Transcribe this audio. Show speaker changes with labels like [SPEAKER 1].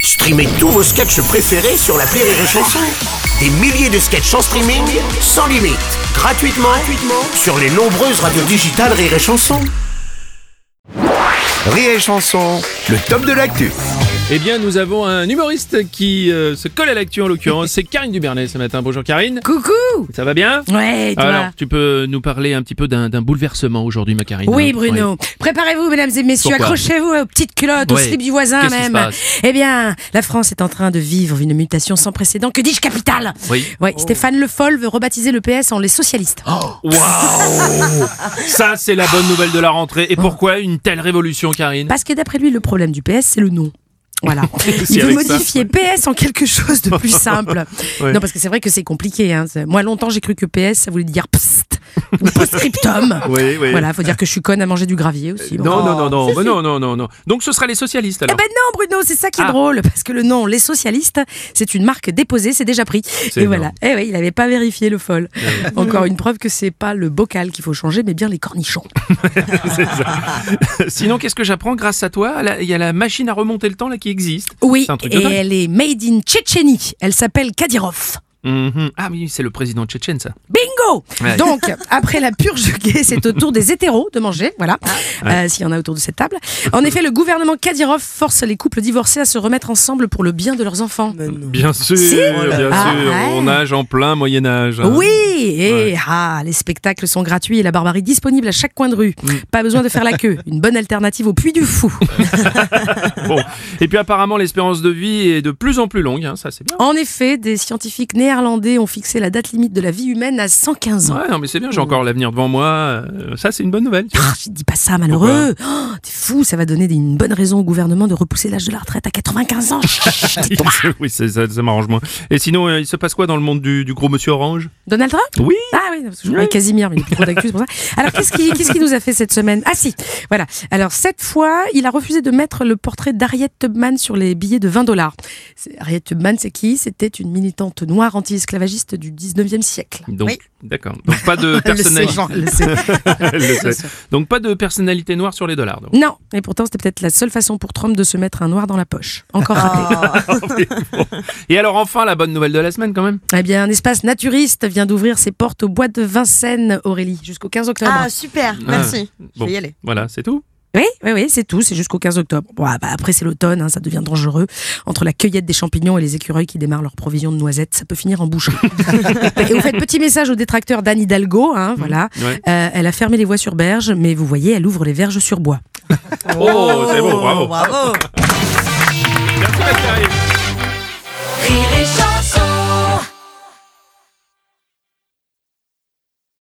[SPEAKER 1] Streamez tous vos sketchs préférés sur la Rire et Chanson. Des milliers de sketchs en streaming, sans limite, gratuitement, gratuitement sur les nombreuses radios digitales Rire et Chanson.
[SPEAKER 2] Rire et Chanson, le top de l'actu.
[SPEAKER 3] Eh bien, nous avons un humoriste qui euh, se colle à l'actu en l'occurrence. C'est Karine Dubernet ce matin. Bonjour Karine.
[SPEAKER 4] Coucou
[SPEAKER 3] Ça va bien
[SPEAKER 4] Ouais, et toi
[SPEAKER 3] Ah, Alors, tu peux nous parler un petit peu d'un d'un bouleversement aujourd'hui, ma Karine
[SPEAKER 4] Oui,
[SPEAKER 3] hein
[SPEAKER 4] Bruno. Préparez-vous, mesdames et messieurs.
[SPEAKER 3] Pourquoi
[SPEAKER 4] Accrochez-vous aux petites culottes, aux
[SPEAKER 3] Ouais.
[SPEAKER 4] slips du voisin
[SPEAKER 3] Qu'est-ce qui se
[SPEAKER 4] même.
[SPEAKER 3] passe
[SPEAKER 4] Eh bien, la France est en train de vivre une mutation sans précédent. Que dis-je, capitale
[SPEAKER 3] Oui. Oh,
[SPEAKER 4] Ouais, Stéphane Le Foll veut rebaptiser le PS en les socialistes.
[SPEAKER 3] Waouh Ça, c'est la bonne nouvelle de la rentrée. Et pourquoi une telle révolution, Karine
[SPEAKER 4] Parce que d'après lui, le problème du PS, c'est le nom. Voilà.
[SPEAKER 3] C'est
[SPEAKER 4] Il veut
[SPEAKER 3] avec ça.
[SPEAKER 4] modifier PS en quelque chose de plus simple.
[SPEAKER 3] Ouais.
[SPEAKER 4] Non, parce que c'est vrai que c'est compliqué. hein. C'est- Moi, longtemps, j'ai cru que PS, ça voulait dire psst, ou post-scriptum.
[SPEAKER 3] Oui, oui.
[SPEAKER 4] Voilà, faut dire que je suis conne à manger du gravier aussi. bon.
[SPEAKER 3] Non, non, non, non, bah non, non, non, non. Donc, ce sera les socialistes alors.
[SPEAKER 4] Eh ben non, Bruno, c'est ça qui est
[SPEAKER 3] Ah.
[SPEAKER 4] drôle, parce que le nom Les Socialistes, c'est une marque déposée, c'est Eh déjà pris. Et
[SPEAKER 3] énorme.
[SPEAKER 4] voilà. Eh oui, il n'avait pas vérifié le fol. Encore une preuve que c'est pas le bocal qu'il faut changer, mais bien les cornichons. ben.
[SPEAKER 3] Sinon, qu'est-ce que j'apprends grâce à toi Là, Il y a la machine à remonter le temps là qui existe.
[SPEAKER 4] Oui,
[SPEAKER 3] C'est un truc de
[SPEAKER 4] et
[SPEAKER 3] dingue.
[SPEAKER 4] elle est made in Tchétchénie. Elle s'appelle Kadirov.
[SPEAKER 3] Mhm. Ah oui, c'est le président tchétchène, ça.
[SPEAKER 4] Bingo
[SPEAKER 3] Ouais.
[SPEAKER 4] Donc, après la purge gay, c'est au tour des hétéros de manger, voilà, Euh, s'il y en a autour de cette table. En effet, le gouvernement Kadirov force les couples divorcés à se remettre ensemble pour le bien de leurs enfants.
[SPEAKER 3] Bien sûr,
[SPEAKER 4] Si
[SPEAKER 3] bien
[SPEAKER 4] Ah,
[SPEAKER 3] sûr.
[SPEAKER 4] ouais.
[SPEAKER 3] On nage en plein Moyen Âge. hein.
[SPEAKER 4] Oui, et ah, les spectacles sont gratuits et la barbarie disponible à chaque coin de rue.
[SPEAKER 3] Mm.
[SPEAKER 4] Pas besoin de faire la queue. Une bonne alternative au puits du fou.
[SPEAKER 3] Bon. Et puis apparemment, l'espérance de vie est de plus en plus longue. hein. Ça, c'est bien.
[SPEAKER 4] En effet, des scientifiques néerlandais ont fixé la date limite de la vie humaine à 115 ans.
[SPEAKER 3] Ouais, non, mais c'est bien, j'ai encore l'avenir devant moi. Euh, ça, c'est une bonne nouvelle.
[SPEAKER 4] Ah, je dis pas ça, malheureux. Oh, T'es fou, ça va donner des- une bonne raison au gouvernement de repousser l'âge de la retraite à 95 ans. Chut, tais-toi.
[SPEAKER 3] oui, c'est- ça, ça m'arrange moins. Et sinon, euh, il se passe quoi dans le monde du, du gros monsieur Orange
[SPEAKER 4] Donald Trump
[SPEAKER 3] Oui.
[SPEAKER 4] Ah oui, parce que je parlais de Casimir, mais il est plus trop d'actu, c'est pour ça. Alors, qu'est-ce qui, qu'est-ce qui nous a fait cette semaine Ah si, voilà. Alors, cette fois, il a refusé de mettre le portrait d'Harriet Tubman sur les billets de 20 dollars. Harriet Tubman, c'est qui C'était une militante noire anti-esclavagiste du 19e siècle.
[SPEAKER 3] Donc, d'accord. Donc pas de
[SPEAKER 4] Elle le sait,
[SPEAKER 3] personnalité.
[SPEAKER 4] Jean, elle le sait.
[SPEAKER 3] Elle le
[SPEAKER 4] Bien
[SPEAKER 3] sait.
[SPEAKER 4] sûr.
[SPEAKER 3] Donc pas de personnalité noire sur les dollars. donc.
[SPEAKER 4] Non, et pourtant, c'était peut-être la seule façon pour Trump de se mettre un noir dans la poche. Encore raté.
[SPEAKER 3] Et alors enfin, la bonne nouvelle de la semaine quand même.
[SPEAKER 4] Eh bien, un espace naturiste vient d'ouvrir ses portes au bois de Vincennes, Aurélie, jusqu'au 15 octobre.
[SPEAKER 5] Ah super, merci.
[SPEAKER 3] Bon.
[SPEAKER 5] Je vais y aller.
[SPEAKER 3] Voilà, c'est tout.
[SPEAKER 4] Oui, oui, oui, c'est tout, c'est jusqu'au 15 octobre. Bon, ah bah, après, c'est l'automne, hein, ça devient dangereux. Entre la cueillette des champignons et les écureuils qui démarrent leur provision de noisettes, ça peut finir en boucherie. et vous faites petit message au détracteur d'Anne Hidalgo, hein, voilà.
[SPEAKER 3] Ouais.
[SPEAKER 4] Euh, elle a fermé les voies sur berge, mais vous voyez, elle ouvre les verges sur bois.
[SPEAKER 3] Oh, c'est bon, Oh, bravo.
[SPEAKER 5] Bravo.
[SPEAKER 3] Merci, Pascal.